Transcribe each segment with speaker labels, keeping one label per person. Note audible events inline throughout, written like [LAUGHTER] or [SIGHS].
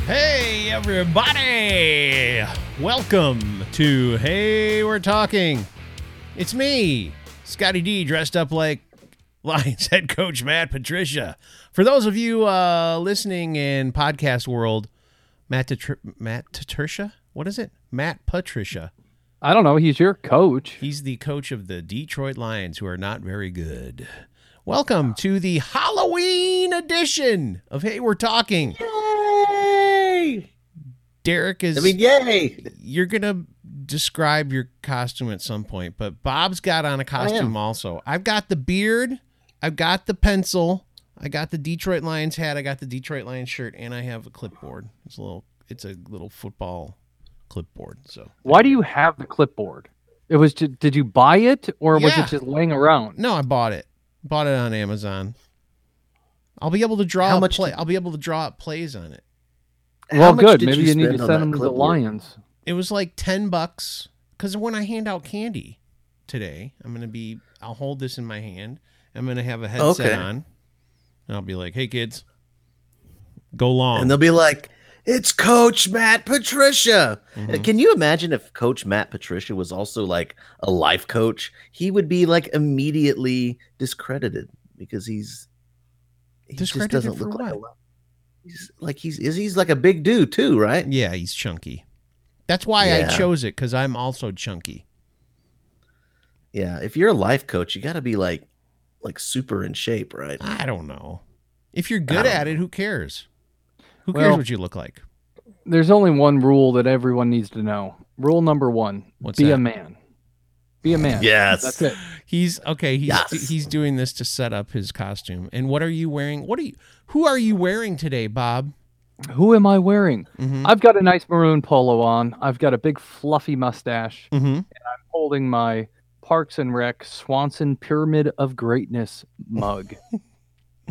Speaker 1: Hey, everybody! Welcome to Hey, We're Talking. It's me, Scotty D, dressed up like [LAUGHS] Lions head coach Matt Patricia. For those of you uh, listening in podcast world, Matt Tatr- Matt Patricia, what is it? Matt Patricia.
Speaker 2: I don't know. He's your coach.
Speaker 1: He's the coach of the Detroit Lions, who are not very good. Welcome to the Halloween edition of Hey, We're Talking.
Speaker 3: Yay!
Speaker 1: Derek is.
Speaker 3: I mean, yay!
Speaker 1: you're gonna describe your costume at some point, but Bob's got on a costume also. I've got the beard, I've got the pencil, I got the Detroit Lions hat, I got the Detroit Lions shirt, and I have a clipboard. It's a little it's a little football clipboard. So
Speaker 2: Why do you have the clipboard? It was. ju- did you buy it or was
Speaker 1: Yeah.
Speaker 2: it just laying around?
Speaker 1: no, I bought it. Bought it on Amazon. I'll be able to draw
Speaker 3: How
Speaker 1: up
Speaker 3: much
Speaker 1: play
Speaker 3: did-
Speaker 1: I'll be able to draw up plays on it.
Speaker 3: How
Speaker 2: well,
Speaker 3: much
Speaker 2: good.
Speaker 3: did
Speaker 2: Maybe
Speaker 3: you
Speaker 2: you, need
Speaker 3: spend
Speaker 2: to send
Speaker 3: on that
Speaker 2: them to the
Speaker 3: clipboard?
Speaker 2: Lions.
Speaker 1: It was like ten bucks. Cause when I hand out candy today, I'm gonna be I'll hold this in my hand. I'm gonna have a headset
Speaker 3: Okay.
Speaker 1: on. And I'll be like, hey kids, go long.
Speaker 3: And they'll be like, "It's Coach Matt Patricia." Uh,
Speaker 1: Mhm.
Speaker 3: Can you imagine if Coach Matt Patricia was also like a life coach? He would be like immediately discredited because he's he
Speaker 1: Discredited
Speaker 3: just doesn't
Speaker 1: for
Speaker 3: look like a
Speaker 1: what?
Speaker 3: lot. He's like he's is he's like a big dude too, right?
Speaker 1: yeah, he's chunky. That's why
Speaker 3: Yeah.
Speaker 1: I chose it, because I'm also chunky.
Speaker 3: Yeah. If you're a life coach, you got to be like like super in shape, right?
Speaker 1: I don't know. If you're good
Speaker 3: don't
Speaker 1: at it, who cares? Who
Speaker 2: Well-
Speaker 1: cares what you look like?
Speaker 2: There's only one rule that everyone needs to know. Rule number one:
Speaker 1: What's
Speaker 2: be
Speaker 1: that?
Speaker 2: a man. Be a man.
Speaker 3: Yes.
Speaker 2: That's it.
Speaker 1: He's okay, he's
Speaker 3: Yes.
Speaker 1: he's doing this to set up his costume. And what are you wearing? What are you who are you wearing today, Bob?
Speaker 2: Who am I wearing?
Speaker 1: Mm-hmm.
Speaker 2: I've got a nice maroon polo on. I've got a big fluffy mustache.
Speaker 1: mm-hmm.
Speaker 2: I'm holding my Parks and Rec Swanson Pyramid of Greatness
Speaker 3: [LAUGHS]
Speaker 2: mug,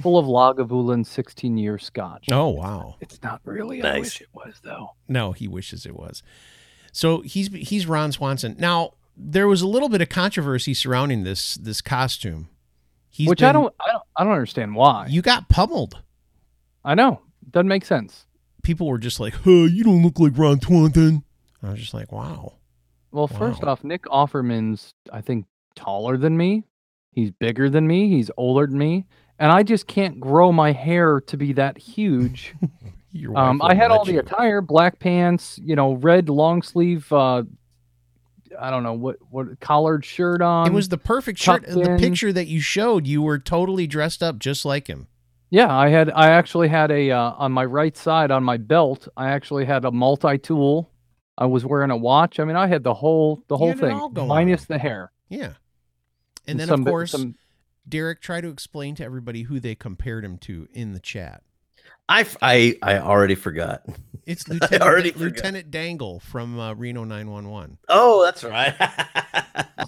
Speaker 2: full of Lagavulin 16-year Scotch.
Speaker 1: Oh wow.
Speaker 2: It's not really.
Speaker 3: I
Speaker 2: I
Speaker 3: Nice.
Speaker 2: wish
Speaker 3: wish
Speaker 2: it was though.
Speaker 1: No, he wishes it was. So he's he's Ron Swanson. Now there was a little bit of controversy surrounding this this costume. He's
Speaker 2: Which I
Speaker 1: been-
Speaker 2: don't, I don't, I don't understand why.
Speaker 1: You got pummeled.
Speaker 2: I know doesn't make sense.
Speaker 1: People were just like, "Huh, you don't look like Ron Swanson." I was just like, "Wow."
Speaker 2: Well, first
Speaker 1: Wow.
Speaker 2: off, Nick Offerman's I think taller than me. He's bigger than me. He's older than me, and I just can't grow my hair to be
Speaker 1: [LAUGHS]
Speaker 2: that huge.
Speaker 1: Your wife
Speaker 2: um, I
Speaker 1: wouldn't
Speaker 2: had
Speaker 1: let
Speaker 2: all the
Speaker 1: you.
Speaker 2: attire: black pants, you know, red long sleeve. Uh, I don't know what what collared shirt on.
Speaker 1: It was the perfect shirt.
Speaker 2: tucked
Speaker 1: And the
Speaker 2: in.
Speaker 1: picture that you showed, you were totally dressed up just like him.
Speaker 2: Yeah, I had I actually had a uh, on my right side on my belt. I actually had a multi-tool. I was wearing a watch. I mean, I had the whole the
Speaker 1: You
Speaker 2: whole
Speaker 1: had it
Speaker 2: thing
Speaker 1: all going
Speaker 2: minus
Speaker 1: on.
Speaker 2: the hair.
Speaker 1: Yeah. And then
Speaker 2: some
Speaker 1: of
Speaker 2: bit-
Speaker 1: course,
Speaker 2: some-
Speaker 1: Derek tried to explain to everybody who they compared him to in the chat.
Speaker 3: I f- I I already forgot.
Speaker 1: It's Lieutenant,
Speaker 3: already forgot.
Speaker 1: Lieutenant Dangle from uh, Reno 911.
Speaker 3: Oh, that's right.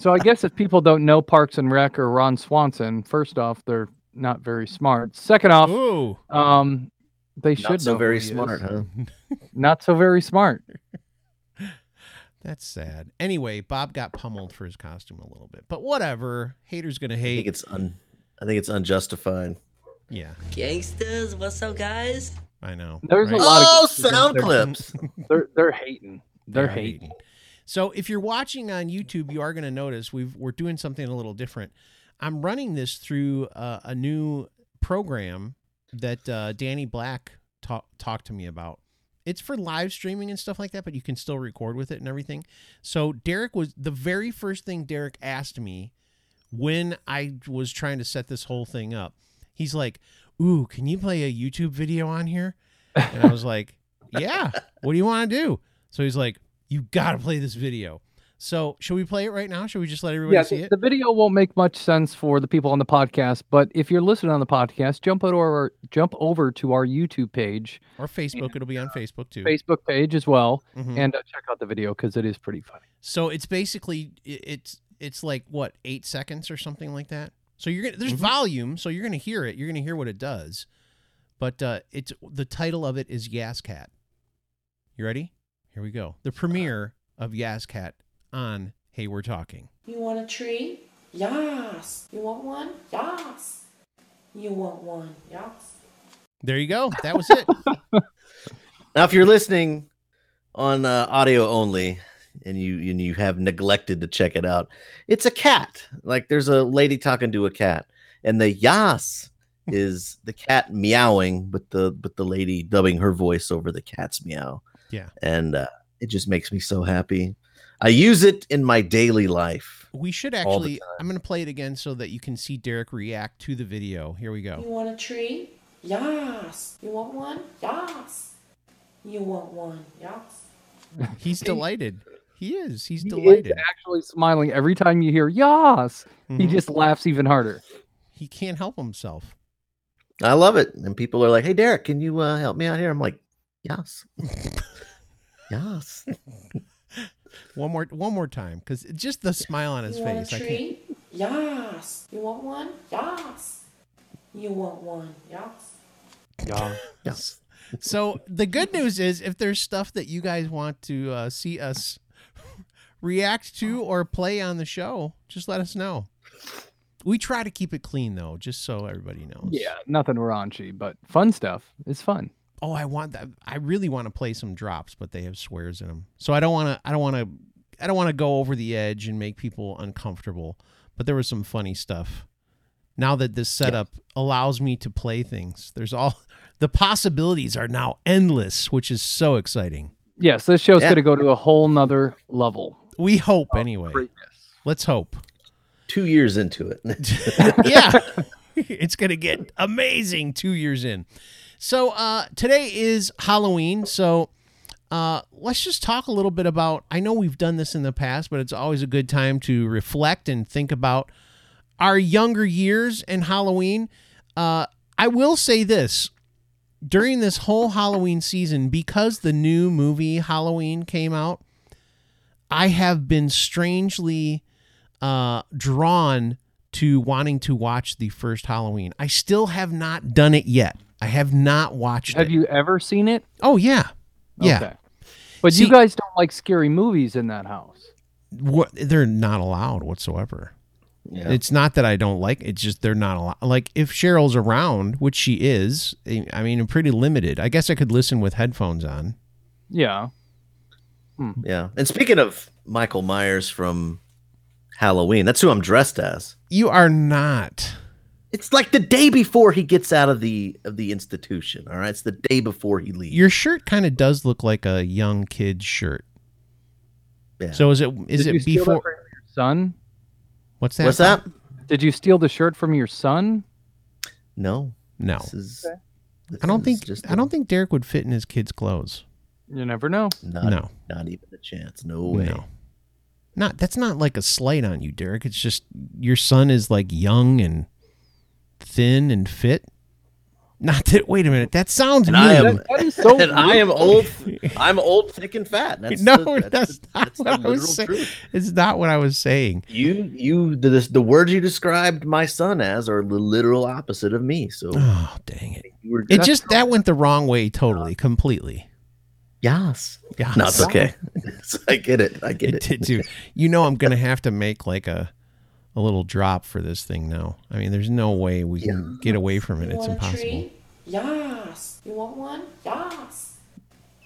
Speaker 3: [LAUGHS]
Speaker 2: so I guess if people don't know Parks and Rec or Ron Swanson, first off, they're not very smart. Second off,
Speaker 1: Ooh.
Speaker 2: um, they should
Speaker 3: Not so
Speaker 2: know who
Speaker 3: very
Speaker 2: he is.
Speaker 3: smart, huh?
Speaker 2: Not so very
Speaker 3: [LAUGHS]
Speaker 2: smart.
Speaker 1: That's sad. Anyway, Bob got pummeled for his costume a little bit, but whatever. Haters gonna
Speaker 3: I think
Speaker 1: hate.
Speaker 3: it's un I think it's unjustified.
Speaker 1: Yeah,
Speaker 4: Gangsters, what's up, guys?
Speaker 1: I know.
Speaker 2: There's
Speaker 3: [LAUGHS]
Speaker 2: a
Speaker 1: right?
Speaker 2: lot
Speaker 3: Oh,
Speaker 2: of good kids out
Speaker 3: sound
Speaker 2: there.
Speaker 3: clips.
Speaker 2: They're they're hating. They're,
Speaker 1: They are
Speaker 2: hating.
Speaker 1: So if you're watching on YouTube, you are gonna notice we've we're doing something a little different. I'm running this through uh, a new program that uh, Danny Black talk, talked to me about. It's for live streaming and stuff like that, but you can still record with it and everything. So Derek was the very first thing Derek asked me when I was trying to set this whole thing up. He's like, "Ooh, can you play a YouTube video on here?" And I was like, "Yeah. What do you want to do?" So he's like, "You got to play this video." So, should we play it right now? Should we just let everybody
Speaker 2: yeah,
Speaker 1: see
Speaker 2: the,
Speaker 1: it?
Speaker 2: the video won't make much sense for the people on the podcast, but if you're listening on the podcast, jump over jump over to our YouTube page,
Speaker 1: or Facebook. It'll be on Facebook too.
Speaker 2: Facebook page as well,
Speaker 1: Mhm.
Speaker 2: and uh, check out the video because it is pretty funny.
Speaker 1: So it's basically i- it's it's like what eight seconds or something like that. So you're gonna there's
Speaker 3: Mhm.
Speaker 1: volume, so you're gonna hear it. You're gonna hear what it does. But uh, it's the title of it is Yas Cat. You ready? Here we go. The premiere of Yas Cat on Hey We're Talking.
Speaker 5: You want a tree? Yas. You want one? Yas. You want one? Yas.
Speaker 3: [LAUGHS]
Speaker 1: There you go. That was it.
Speaker 3: Now, if you're listening on uh, audio only and you and you have neglected to check it out, it's a cat. Like there's a lady talking to a cat, and the yas is the cat meowing, but the but the lady dubbing her voice over the cat's meow.
Speaker 1: Yeah.
Speaker 3: and uh, it just makes me so happy. I use it in my daily life.
Speaker 1: We should
Speaker 3: All the
Speaker 1: actually.
Speaker 3: time.
Speaker 1: I'm going to play it again so that you can see Derek react to the video. Here we
Speaker 5: You
Speaker 1: go.
Speaker 5: want a tree? Yas. You want one? Yas. You want one? Yas.
Speaker 2: [LAUGHS]
Speaker 1: He's delighted. He is. He's
Speaker 2: He is
Speaker 1: delighted.
Speaker 2: actually smiling every time you hear "yas." He
Speaker 1: Mhm.
Speaker 2: just laughs even harder.
Speaker 1: he can't help himself.
Speaker 3: I love it. And people are like, "Hey, Derek, can you uh, help me out here?" I'm like, [LAUGHS] "Yes, yes."
Speaker 1: One more, one more time, because just the smile on his
Speaker 5: you
Speaker 1: face.
Speaker 5: want a
Speaker 1: I [LAUGHS] can't.
Speaker 5: tree? Yas. You want one? Yas. You want one? Yas.
Speaker 2: Yeah.
Speaker 3: Yes.
Speaker 1: So the good news is, if there's stuff that you guys want to uh, see us react to or play on the show, just let us know. We try to keep it clean though, just so everybody knows.
Speaker 2: Yeah, nothing raunchy, but fun stuff is fun.
Speaker 1: Oh, I want that. I really want to play some drops, but they have swears in them, so I don't want to. I don't want to. I don't want to go over the edge and make people uncomfortable. But there was some funny stuff. Now that this setup allows me to play things, there's all [LAUGHS] the possibilities are now endless, which is so exciting.
Speaker 2: Yes, this show's
Speaker 3: Yeah.
Speaker 2: gonna go to a whole nother level.
Speaker 1: We hope anyway.
Speaker 2: Greatness.
Speaker 1: Let's hope. [LAUGHS]
Speaker 3: Two years into it. [LAUGHS]
Speaker 1: yeah. [LAUGHS] it's going to get amazing 2 years in. So uh today is Halloween, so uh let's just talk a little bit about I know we've done this in the past, but it's always a good time to reflect and think about our younger years and Halloween. Uh I will say this during this whole Halloween season because the new movie Halloween came out, I have been strangely uh, drawn to wanting to watch the first Halloween. I still have not done it yet. I have not watched
Speaker 2: Have
Speaker 1: it.
Speaker 2: you ever seen it?
Speaker 1: oh yeah, yeah.
Speaker 2: But
Speaker 1: See-
Speaker 2: you guys don't like scary movies in that house.
Speaker 1: What they're not allowed whatsoever.
Speaker 3: Yeah.
Speaker 1: It's not that I don't like. It's just they're not allowed. Like if Cheryl's around, which she is, I I mean, I'm pretty limited. I guess I could listen with headphones on.
Speaker 2: Yeah.
Speaker 3: yeah. And speaking of Michael Myers from Halloween, that's who I'm dressed as.
Speaker 1: You are not.
Speaker 3: It's like the day before he gets out of the of the institution. All right, it's the day before he leaves.
Speaker 1: Your shirt kind of does look like a young kid's shirt.
Speaker 3: Yeah.
Speaker 1: So is it is
Speaker 2: Did you
Speaker 1: it
Speaker 2: steal that
Speaker 1: before?
Speaker 2: from your son?
Speaker 1: What's that?
Speaker 3: What's that?
Speaker 2: Did you steal the shirt from your son?
Speaker 3: No,
Speaker 1: No,
Speaker 3: this is.
Speaker 1: I don't
Speaker 3: this is
Speaker 1: think I don't think Derek would fit in his kid's clothes.
Speaker 2: You never know.
Speaker 3: Not,
Speaker 1: no,
Speaker 3: not even a chance. No way.
Speaker 1: no, not that's not like a slight on you, Derek. It's just your son is like young and thin and fit. Not that. Wait a minute. That sounds
Speaker 3: And
Speaker 1: mean.
Speaker 3: I am-
Speaker 2: That- that
Speaker 1: [LAUGHS]
Speaker 2: is so
Speaker 3: [LAUGHS] and I
Speaker 2: weird.
Speaker 3: am old. I'm old, thick, and fat. That's
Speaker 1: No,
Speaker 3: the,
Speaker 1: that's
Speaker 3: the-
Speaker 1: not
Speaker 3: that's the
Speaker 1: what I was
Speaker 3: literal
Speaker 1: saying.
Speaker 3: truth.
Speaker 1: it's not what I was saying.
Speaker 3: You, you, the, the words you described my son as are the literal opposite of me. So
Speaker 1: [SIGHS] Oh dang it!
Speaker 3: you were
Speaker 1: It
Speaker 2: That's
Speaker 1: just that went the wrong way totally, completely.
Speaker 3: yes.
Speaker 1: Yeah,
Speaker 3: No, it's okay. [LAUGHS] I get it. I
Speaker 1: [LAUGHS] it
Speaker 3: get it.
Speaker 1: did too. You know, I'm gonna have to make like a a little drop for this thing now. I mean, there's no way we can get away from it.
Speaker 5: You
Speaker 1: It's
Speaker 5: want a
Speaker 1: impossible.
Speaker 5: tree? Yas. You want one? Yas.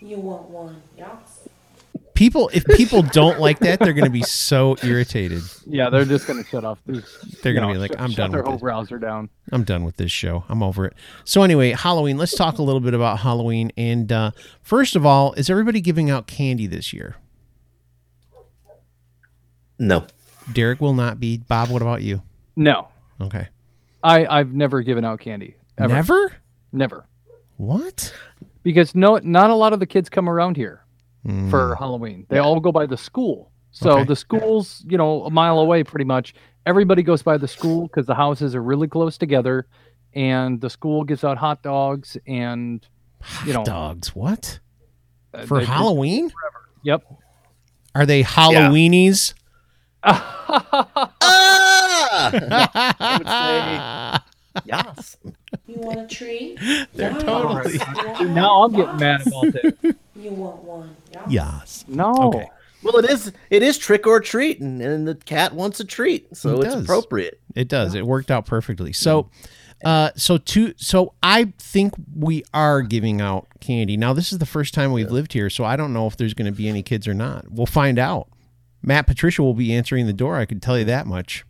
Speaker 5: You want one? Yas.
Speaker 1: People, if people don't like that, they're gonna be so irritated.
Speaker 2: Yeah, they're just gonna shut off. They're
Speaker 1: They're gonna be like, "I'm
Speaker 2: shut
Speaker 1: done
Speaker 2: their
Speaker 1: with
Speaker 2: whole
Speaker 1: this."
Speaker 2: browser down.
Speaker 1: I'm done with this show. I'm over it. So anyway, Halloween. Let's talk a little bit about Halloween. And uh, first of all, is everybody giving out candy this year?
Speaker 3: No,
Speaker 1: Derek will not be. Bob, what about you?
Speaker 2: No,
Speaker 1: Okay.
Speaker 2: I I've never given out candy ever,
Speaker 1: Never.
Speaker 2: never,
Speaker 1: What?
Speaker 2: because no, not a lot of the kids come around here
Speaker 1: Mm.
Speaker 2: for Halloween. They all go by the school. So
Speaker 1: Okay.
Speaker 2: the school's you know a mile away pretty much. Everybody goes by the school because the houses are really close together, and the school gives out hot dogs and you know
Speaker 1: dogs. What
Speaker 2: uh,
Speaker 1: for
Speaker 2: they-
Speaker 1: Halloween?
Speaker 2: Yep. [LAUGHS]
Speaker 1: Are they Halloweenies?
Speaker 3: ah, yes.
Speaker 5: You want a tree?
Speaker 1: [LAUGHS] They're
Speaker 5: Yas.
Speaker 1: totally-
Speaker 5: You want one?
Speaker 2: now I'm getting
Speaker 5: Yas.
Speaker 2: mad about this.
Speaker 5: You want one? Yas.
Speaker 1: [LAUGHS] yes.
Speaker 2: No.
Speaker 1: Okay.
Speaker 3: [LAUGHS] Well, it is. It is trick or treat, and, and the cat wants a treat, so
Speaker 1: It
Speaker 3: it's
Speaker 1: does.
Speaker 3: appropriate.
Speaker 1: It does. It worked out perfectly. So, Uh, so two. So I think we are giving out candy now. This is the first time we've lived here, so I don't know if there's going to be any kids or not. We'll find out. Matt Patricia will be answering the door. I can tell you that much.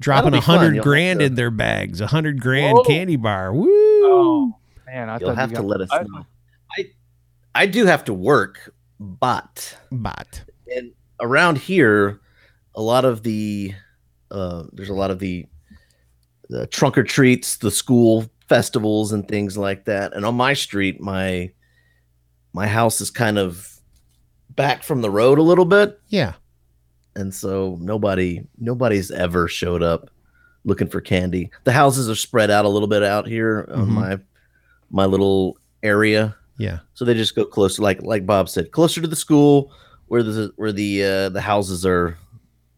Speaker 1: Dropping
Speaker 3: That'll
Speaker 1: a
Speaker 3: be fun. You'll
Speaker 1: hundred
Speaker 3: have
Speaker 1: grand
Speaker 3: to-
Speaker 1: in their bags. A hundred grand
Speaker 2: Whoa.
Speaker 1: candy bar. Woo!
Speaker 2: Oh man, I
Speaker 3: You'll
Speaker 2: thought
Speaker 3: have
Speaker 2: you
Speaker 3: to
Speaker 2: got-
Speaker 3: let us
Speaker 2: I-
Speaker 3: know. I I do have to work, but
Speaker 1: But
Speaker 3: and around here, a lot of the uh, there's a lot of the the trunk or treats, the school festivals, and things like that. And on my street, my my house is kind of back from the road a little bit,
Speaker 1: yeah,
Speaker 3: and so nobody nobody's ever showed up looking for candy. The houses are spread out a little bit out here on
Speaker 1: Mhm.
Speaker 3: my my little area.
Speaker 1: yeah.
Speaker 3: So they just go closer, like like Bob said, closer to the school where the where the uh, the houses are a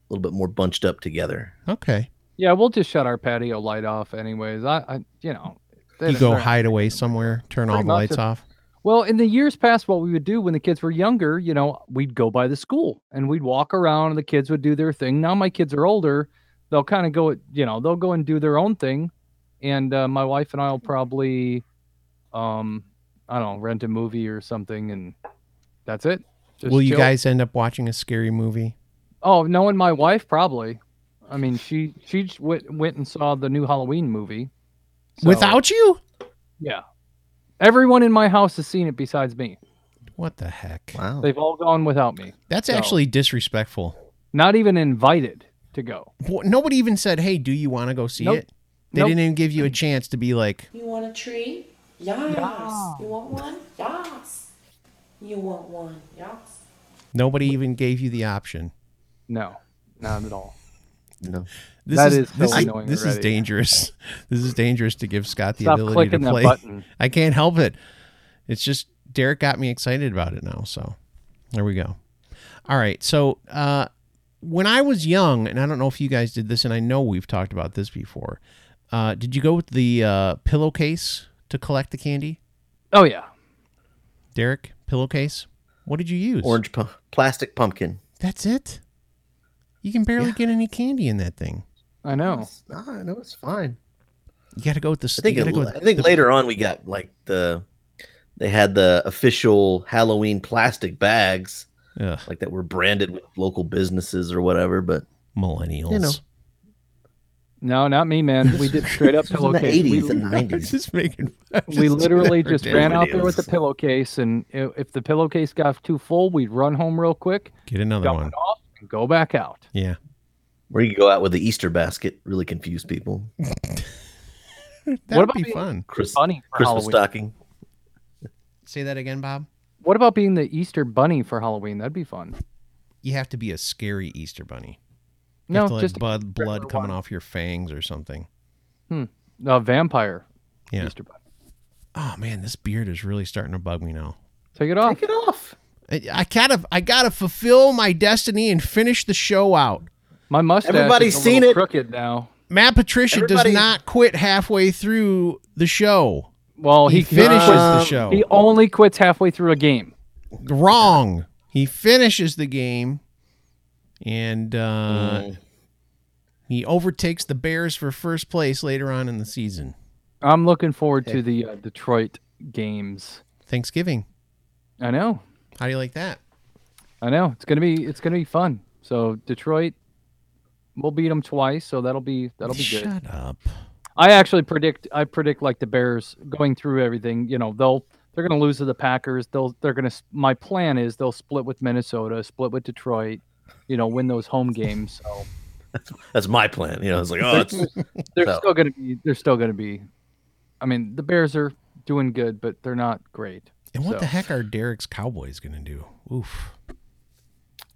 Speaker 3: little bit more bunched up together.
Speaker 1: Okay.
Speaker 2: Yeah, we'll just shut our patio light off, anyways. I, I you know, they-
Speaker 1: You go
Speaker 2: they're-
Speaker 1: hide away somewhere. Turn all
Speaker 2: Pretty
Speaker 1: the
Speaker 2: much
Speaker 1: lights
Speaker 2: if-
Speaker 1: off.
Speaker 2: Well, in the years past, what we would do when the kids were younger, you know, we'd go by the school and we'd walk around and the kids would do their thing. Now my kids are older. They'll kind of go, you know, they'll go and do their own thing. And uh, my wife and I will probably, um, I don't know, rent a movie or something. And that's it. Just
Speaker 1: Will you
Speaker 2: chill.
Speaker 1: guys end up watching a scary movie?
Speaker 2: Oh, knowing my wife, probably. I mean, she, she just went, went and saw the new Halloween movie. So,
Speaker 1: Without you?
Speaker 2: Yeah. Everyone in my house has seen it besides me.
Speaker 1: What the heck?
Speaker 3: Wow.
Speaker 2: They've all gone without me.
Speaker 1: That's
Speaker 2: No.
Speaker 1: actually disrespectful.
Speaker 2: not even invited to go.
Speaker 1: Wh- Nobody even said, "Hey, do you want to go see
Speaker 2: Nope.
Speaker 1: it?" They
Speaker 2: Nope.
Speaker 1: didn't even give you a chance to be like,
Speaker 5: You want a tree? Yas.
Speaker 2: Yeah.
Speaker 5: You want one? Yas. You want one? Yas.
Speaker 1: nobody even gave you the option.
Speaker 2: No, not at all.
Speaker 3: No.
Speaker 1: This
Speaker 2: That
Speaker 1: is
Speaker 2: is so
Speaker 1: this, is,
Speaker 2: annoying
Speaker 1: this is
Speaker 2: already.
Speaker 1: dangerous. [LAUGHS] This is dangerous to give Scott the
Speaker 2: Stop
Speaker 1: ability to
Speaker 2: clicking that
Speaker 1: play.
Speaker 2: button.
Speaker 1: I can't help it. It's just Derek got me excited about it now. So there we go. All right. So uh, when I was young, and I don't know if you guys did this, and I know we've talked about this before. Uh, did you go with the uh, pillowcase to collect the candy,
Speaker 2: Oh yeah,
Speaker 1: Derek? Pillowcase. What did you use?
Speaker 3: Orange pu- plastic pumpkin.
Speaker 1: That's it. You can barely
Speaker 3: Yeah.
Speaker 1: get any candy in that thing.
Speaker 2: I know.
Speaker 3: It's- No, I know it's fine.
Speaker 1: You got to go with the.
Speaker 3: I think
Speaker 1: you
Speaker 3: it,
Speaker 1: gotta go with
Speaker 3: I think
Speaker 1: the-
Speaker 3: later on we got like the they had the official Halloween plastic bags
Speaker 1: Ugh,
Speaker 3: like that were branded with local businesses or whatever. But
Speaker 1: millennials.
Speaker 3: You know.
Speaker 2: No, not me, man. We did straight up
Speaker 3: [LAUGHS] this was in the
Speaker 2: pillowcase.
Speaker 3: eighties
Speaker 2: We-
Speaker 3: and
Speaker 1: [LAUGHS] I'm
Speaker 3: nineties.
Speaker 1: just making. [LAUGHS] I'm
Speaker 2: We,
Speaker 1: [LAUGHS]
Speaker 2: literally just
Speaker 3: Damn
Speaker 2: ran out there with
Speaker 3: idiots.
Speaker 2: the pillowcase, and i- if the pillowcase got too full, we'd run home real quick,
Speaker 1: get another
Speaker 2: dump
Speaker 1: one.
Speaker 2: it off, and go back out.
Speaker 1: Yeah.
Speaker 3: Where you go out with the Easter basket really confuse people.
Speaker 1: That would
Speaker 2: about
Speaker 1: be
Speaker 2: being-
Speaker 1: fun.
Speaker 3: Chris,
Speaker 2: Bunny for
Speaker 3: Christmas
Speaker 2: Halloween.
Speaker 3: stocking.
Speaker 1: Say that again, Bob.
Speaker 2: What about being the Easter bunny for Halloween? That'd be fun.
Speaker 1: You have to be a scary Easter bunny. You have to
Speaker 2: No,
Speaker 1: let
Speaker 2: just a
Speaker 1: blood, blood
Speaker 2: regular
Speaker 1: coming
Speaker 2: one.
Speaker 1: off your fangs or something.
Speaker 2: a vampire
Speaker 1: Yeah.
Speaker 2: Easter bunny.
Speaker 1: Oh man, this beard is really starting to bug me now.
Speaker 2: Take it off.
Speaker 3: Take it off.
Speaker 1: I, I gotta, I gotta fulfill my destiny and finish the show out.
Speaker 2: My mustache.
Speaker 3: Everybody's
Speaker 2: is a
Speaker 3: seen
Speaker 2: little
Speaker 3: it.
Speaker 2: Crooked now.
Speaker 1: Matt Patricia
Speaker 3: Everybody-
Speaker 1: does not quit halfway through the show.
Speaker 2: Well,
Speaker 1: Oh, He,
Speaker 2: he,
Speaker 1: finishes the
Speaker 3: Um,
Speaker 1: show.
Speaker 2: He only quits halfway through a game.
Speaker 1: Wrong. He finishes the game, and uh, he overtakes the Bears for first place later on in the season.
Speaker 2: I'm looking forward to the uh, Detroit games.
Speaker 1: Thanksgiving.
Speaker 2: I know,
Speaker 1: How do you like that?
Speaker 2: I know. It's gonna be it's gonna be fun. So Detroit, we'll beat them twice. So that'll be that'll be good.
Speaker 1: Shut up.
Speaker 2: I actually predict I predict like the Bears going through everything. You know they'll they're gonna lose to the Packers. They'll they're gonna. s- My plan is they'll split with Minnesota, split with Detroit. You know, win those home games. So
Speaker 3: That's my plan. You know, it's like,
Speaker 2: [LAUGHS]
Speaker 3: oh, it's,
Speaker 2: they're
Speaker 3: So-
Speaker 2: still gonna be they're still gonna be. I mean, the Bears are doing good, but they're not great.
Speaker 1: And what
Speaker 2: So-
Speaker 1: the heck are Derek's Cowboys going to do? Oof.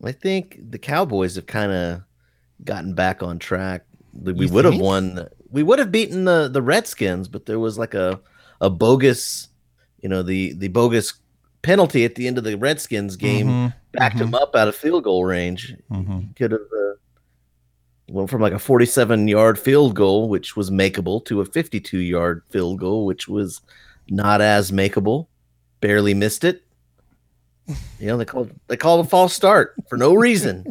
Speaker 3: I think the Cowboys have kind of gotten back on track. We
Speaker 1: You
Speaker 3: would have
Speaker 1: think?
Speaker 3: won. We would have beaten the the Redskins, but there was like a a bogus, you know, the the bogus penalty at the end of the Redskins game
Speaker 1: Mm-hmm,
Speaker 3: backed him up out of field goal range.
Speaker 1: Mhm.
Speaker 3: Could have uh, went from like a 47 yard field goal, which was makeable, to a 52 yard field goal, which was not as makeable. Barely missed it. You know, they called they called a false start for
Speaker 1: [LAUGHS]
Speaker 3: no reason.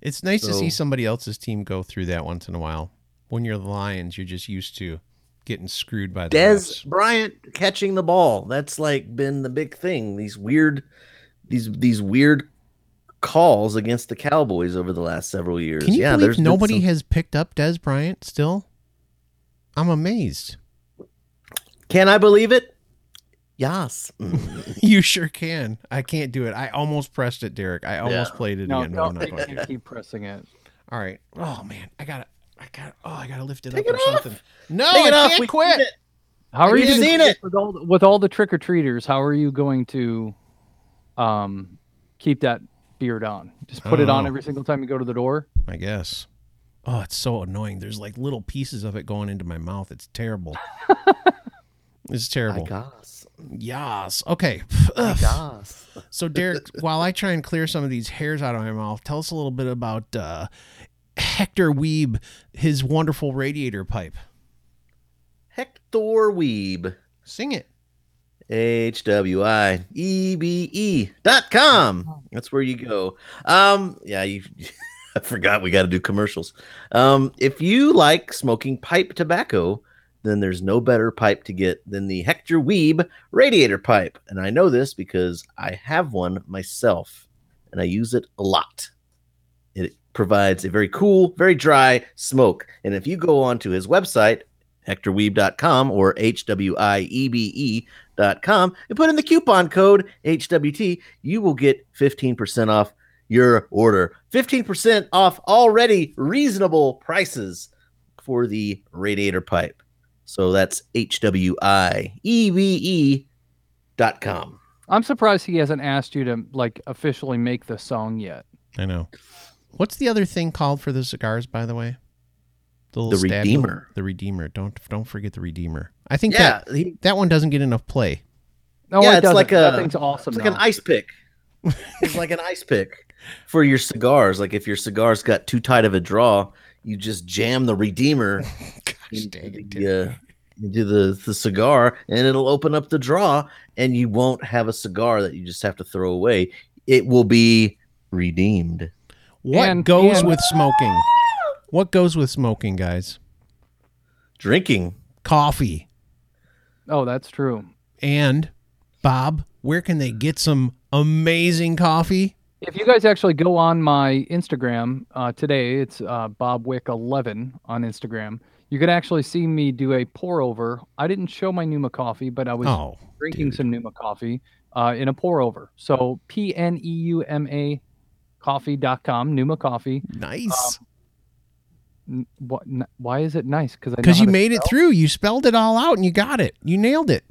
Speaker 1: It's nice to see
Speaker 3: So-
Speaker 1: somebody else's team go through that once in a while. when you're the Lions, you're just used to getting screwed by the
Speaker 3: Des
Speaker 1: refs.
Speaker 3: Bryant catching the ball. That's like been the big thing. These weird these these weird calls against the Cowboys over the last several years.
Speaker 1: Can you
Speaker 3: yeah,
Speaker 1: believe
Speaker 3: there's been
Speaker 1: nobody
Speaker 3: some-
Speaker 1: has picked up Des Bryant still? I'm amazed. [LAUGHS]
Speaker 3: Can I believe it? Yes.
Speaker 1: you sure can. I can't do it. I almost pressed it, Derek. I almost played it
Speaker 2: No,
Speaker 1: again. No, I'm not
Speaker 2: don't
Speaker 1: going to do it.
Speaker 2: keep pressing it.
Speaker 1: All right. Oh man, I gotta, I gotta, oh, I gotta lift it
Speaker 3: Take
Speaker 1: up
Speaker 3: it
Speaker 1: or
Speaker 3: off.
Speaker 1: something. No,
Speaker 3: Take it
Speaker 1: I
Speaker 3: off.
Speaker 1: can't
Speaker 3: We
Speaker 1: quit.
Speaker 3: did it.
Speaker 2: How are
Speaker 3: You've
Speaker 2: you gonna
Speaker 3: seen
Speaker 2: do
Speaker 3: it.
Speaker 2: this with all with all the trick or treaters? How are you going to um keep that beard on? Just put it on
Speaker 1: Oh.
Speaker 2: every single time you go to the door.
Speaker 1: I guess. Oh, it's so annoying. There's like little pieces of it going into my mouth. It's
Speaker 3: [LAUGHS]
Speaker 1: terrible. it's
Speaker 3: I
Speaker 1: terrible.
Speaker 3: guess.
Speaker 1: Yes. Okay.
Speaker 3: I
Speaker 1: Ugh.
Speaker 3: guess.
Speaker 1: So [LAUGHS] Derek, while I try and clear some of these hairs out of my mouth, tell us a little bit about uh, Hector Weeb, his wonderful radiator pipe.
Speaker 3: Hector Weeb.
Speaker 1: Sing it.
Speaker 3: H W I E B E dot com. That's where you go. Um, yeah, you [LAUGHS] I forgot we gotta do commercials. Um, if you like smoking pipe tobacco, then there's no better pipe to get than the Hector Weeb radiator pipe. And I know this because I have one myself and I use it a lot. It provides a very cool, very dry smoke. And if you go onto his website, hectorweeb.com or H W I E B E com and put in the coupon code HWT, you will get 15% off your order. 15% off already reasonable prices for the radiator pipe. So that's H W I E B E dot com.
Speaker 2: I'm surprised he hasn't asked you to like officially make the song yet.
Speaker 1: I know. What's the other thing called for the cigars, by the way?
Speaker 3: The
Speaker 1: little stab-
Speaker 3: Redeemer.
Speaker 1: The Redeemer. Don't don't forget the Redeemer. I think
Speaker 3: Yeah,
Speaker 1: that
Speaker 3: he-
Speaker 1: that one doesn't get enough play.
Speaker 2: No,
Speaker 3: Yeah,
Speaker 2: it
Speaker 3: it's
Speaker 2: doesn't.
Speaker 3: like
Speaker 2: that
Speaker 3: a-
Speaker 2: thing's awesome.
Speaker 3: it's like
Speaker 2: now.
Speaker 3: an ice pick. It's like an ice pick for your cigars. Like if your cigar's got too tight of a draw, you just jam the Redeemer
Speaker 1: [LAUGHS] Gosh,
Speaker 3: into
Speaker 1: dang it, dude.
Speaker 3: the, uh, into the, the cigar and it'll open up the draw and you won't have a cigar that you just have to throw away it will be redeemed
Speaker 1: What
Speaker 2: And-
Speaker 1: goes
Speaker 2: and-
Speaker 1: with smoking? What goes with smoking, guys?
Speaker 3: drinking
Speaker 1: Coffee.
Speaker 2: oh, that's true.
Speaker 1: And Bob, where can they get some amazing coffee?
Speaker 2: If you guys actually go on my Instagram uh, today, it's uh, BobWick11 on Instagram. You can actually see me do a pour over. I didn't show my Numa coffee, but I was
Speaker 1: Oh,
Speaker 2: drinking
Speaker 1: dude.
Speaker 2: some Numa coffee uh, in a pour over. So P N E U M A coffee.com, Numa coffee.
Speaker 1: nice.
Speaker 2: N- what, n- why is it nice? Because
Speaker 1: Because you made it through. You spelled it all out and you got it. You nailed it.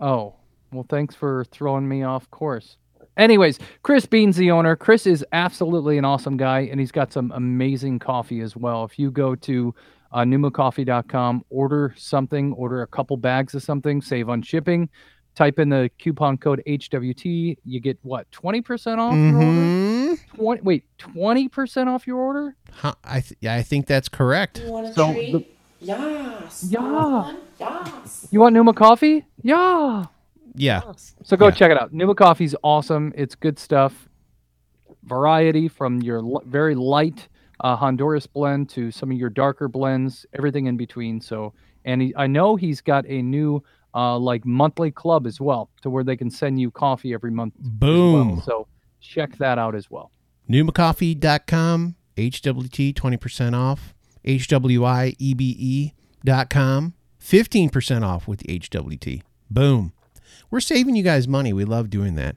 Speaker 2: Oh, well, thanks for throwing me off course. Anyways, Chris Bean's the owner. Chris is absolutely an awesome guy, and he's got some amazing coffee as well. If you go to uh, numacoffee.com, order something, order a couple bags of something, save on shipping, type in the coupon code HWT, you get what, 20% off your order?
Speaker 1: hmm
Speaker 2: 20, wait, 20% off your order?
Speaker 1: Huh, I th- yeah, I think that's correct.
Speaker 5: You want a
Speaker 2: So
Speaker 5: treat?
Speaker 2: the-
Speaker 5: Yas.
Speaker 2: Yeah.
Speaker 5: You want one? Yas.
Speaker 2: You want Numa Coffee? Yeah.
Speaker 1: Yeah.
Speaker 2: So go
Speaker 1: Yeah.
Speaker 2: check it out. Numa Coffee's awesome. It's good stuff. Variety from your l- very light uh, Honduras blend to some of your darker blends, everything in between. So, and he, I know he's got a new uh, like monthly club as well, to where they can send you coffee every month. as well.
Speaker 1: Boom.
Speaker 2: So check that out as well.
Speaker 1: NumaCoffee.com, HWT 20% off, HWIEBE E dot com 15% off with the HWT. Boom. We're saving you guys money. We love doing that.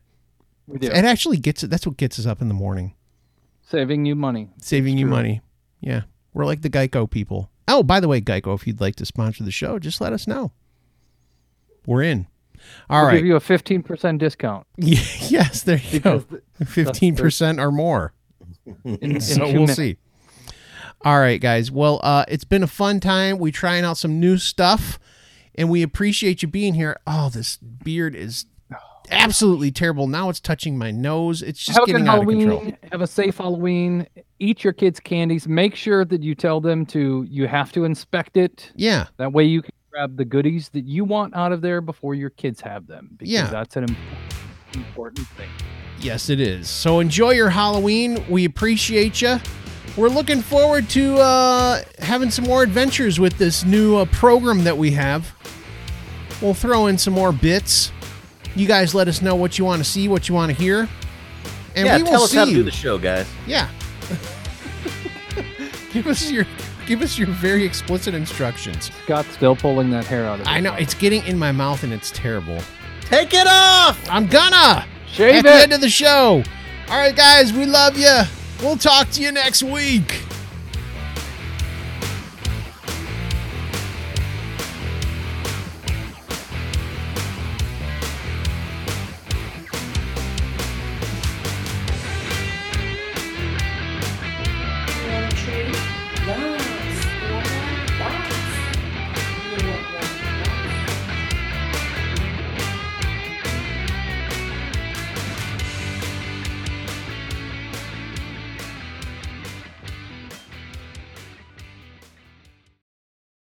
Speaker 2: We do.
Speaker 1: It actually gets it. That's what gets us up in the morning,
Speaker 2: Saving you money.
Speaker 1: saving you
Speaker 2: true.
Speaker 1: money. Yeah. We're like the Geico people. Oh, by the way, Geico, if you'd like to sponsor the show, just let us know. We're in. All
Speaker 2: we'll
Speaker 1: right.
Speaker 2: Give you a fifteen
Speaker 1: [LAUGHS]
Speaker 2: percent discount.
Speaker 1: yes, there you go.
Speaker 2: Because th-
Speaker 1: Fifteen percent or more.
Speaker 2: in, in
Speaker 1: so
Speaker 2: two
Speaker 1: we'll
Speaker 2: minutes.
Speaker 1: see. All right, guys. Well, uh, it's been a fun time. We trying out some new stuff, and we appreciate you being here. Oh, this beard is absolutely terrible. Now it's touching my nose. It's just
Speaker 2: have a
Speaker 1: getting
Speaker 2: good
Speaker 1: out of control.
Speaker 2: Halloween. Have a safe Halloween. Eat your kids' candies. Make sure that you tell them to. You have to inspect it.
Speaker 1: Yeah,
Speaker 2: That way, you can grab the goodies that you want out of there before your kids have them. Because
Speaker 1: Yeah.
Speaker 2: that's an im- important thing.
Speaker 1: yes, it is. So enjoy your Halloween. We appreciate you. we're looking forward to uh, having some more adventures with this new uh, program that we have. We'll throw in some more bits. You guys let us know what you want to see, what you want to hear, and
Speaker 3: yeah,
Speaker 1: we will
Speaker 3: tell us
Speaker 1: see
Speaker 3: how to
Speaker 1: you.
Speaker 3: do the show, guys.
Speaker 1: Yeah. [LAUGHS] give us your give us your very explicit instructions.
Speaker 2: Scott's still pulling that hair out of his
Speaker 1: I know
Speaker 2: mouth.
Speaker 1: it's getting in my mouth and it's terrible.
Speaker 3: Take it off.
Speaker 1: I'm gonna
Speaker 2: Shave
Speaker 1: at
Speaker 2: it!
Speaker 1: the end of the show. All right, guys, we love you. We'll talk to you next week.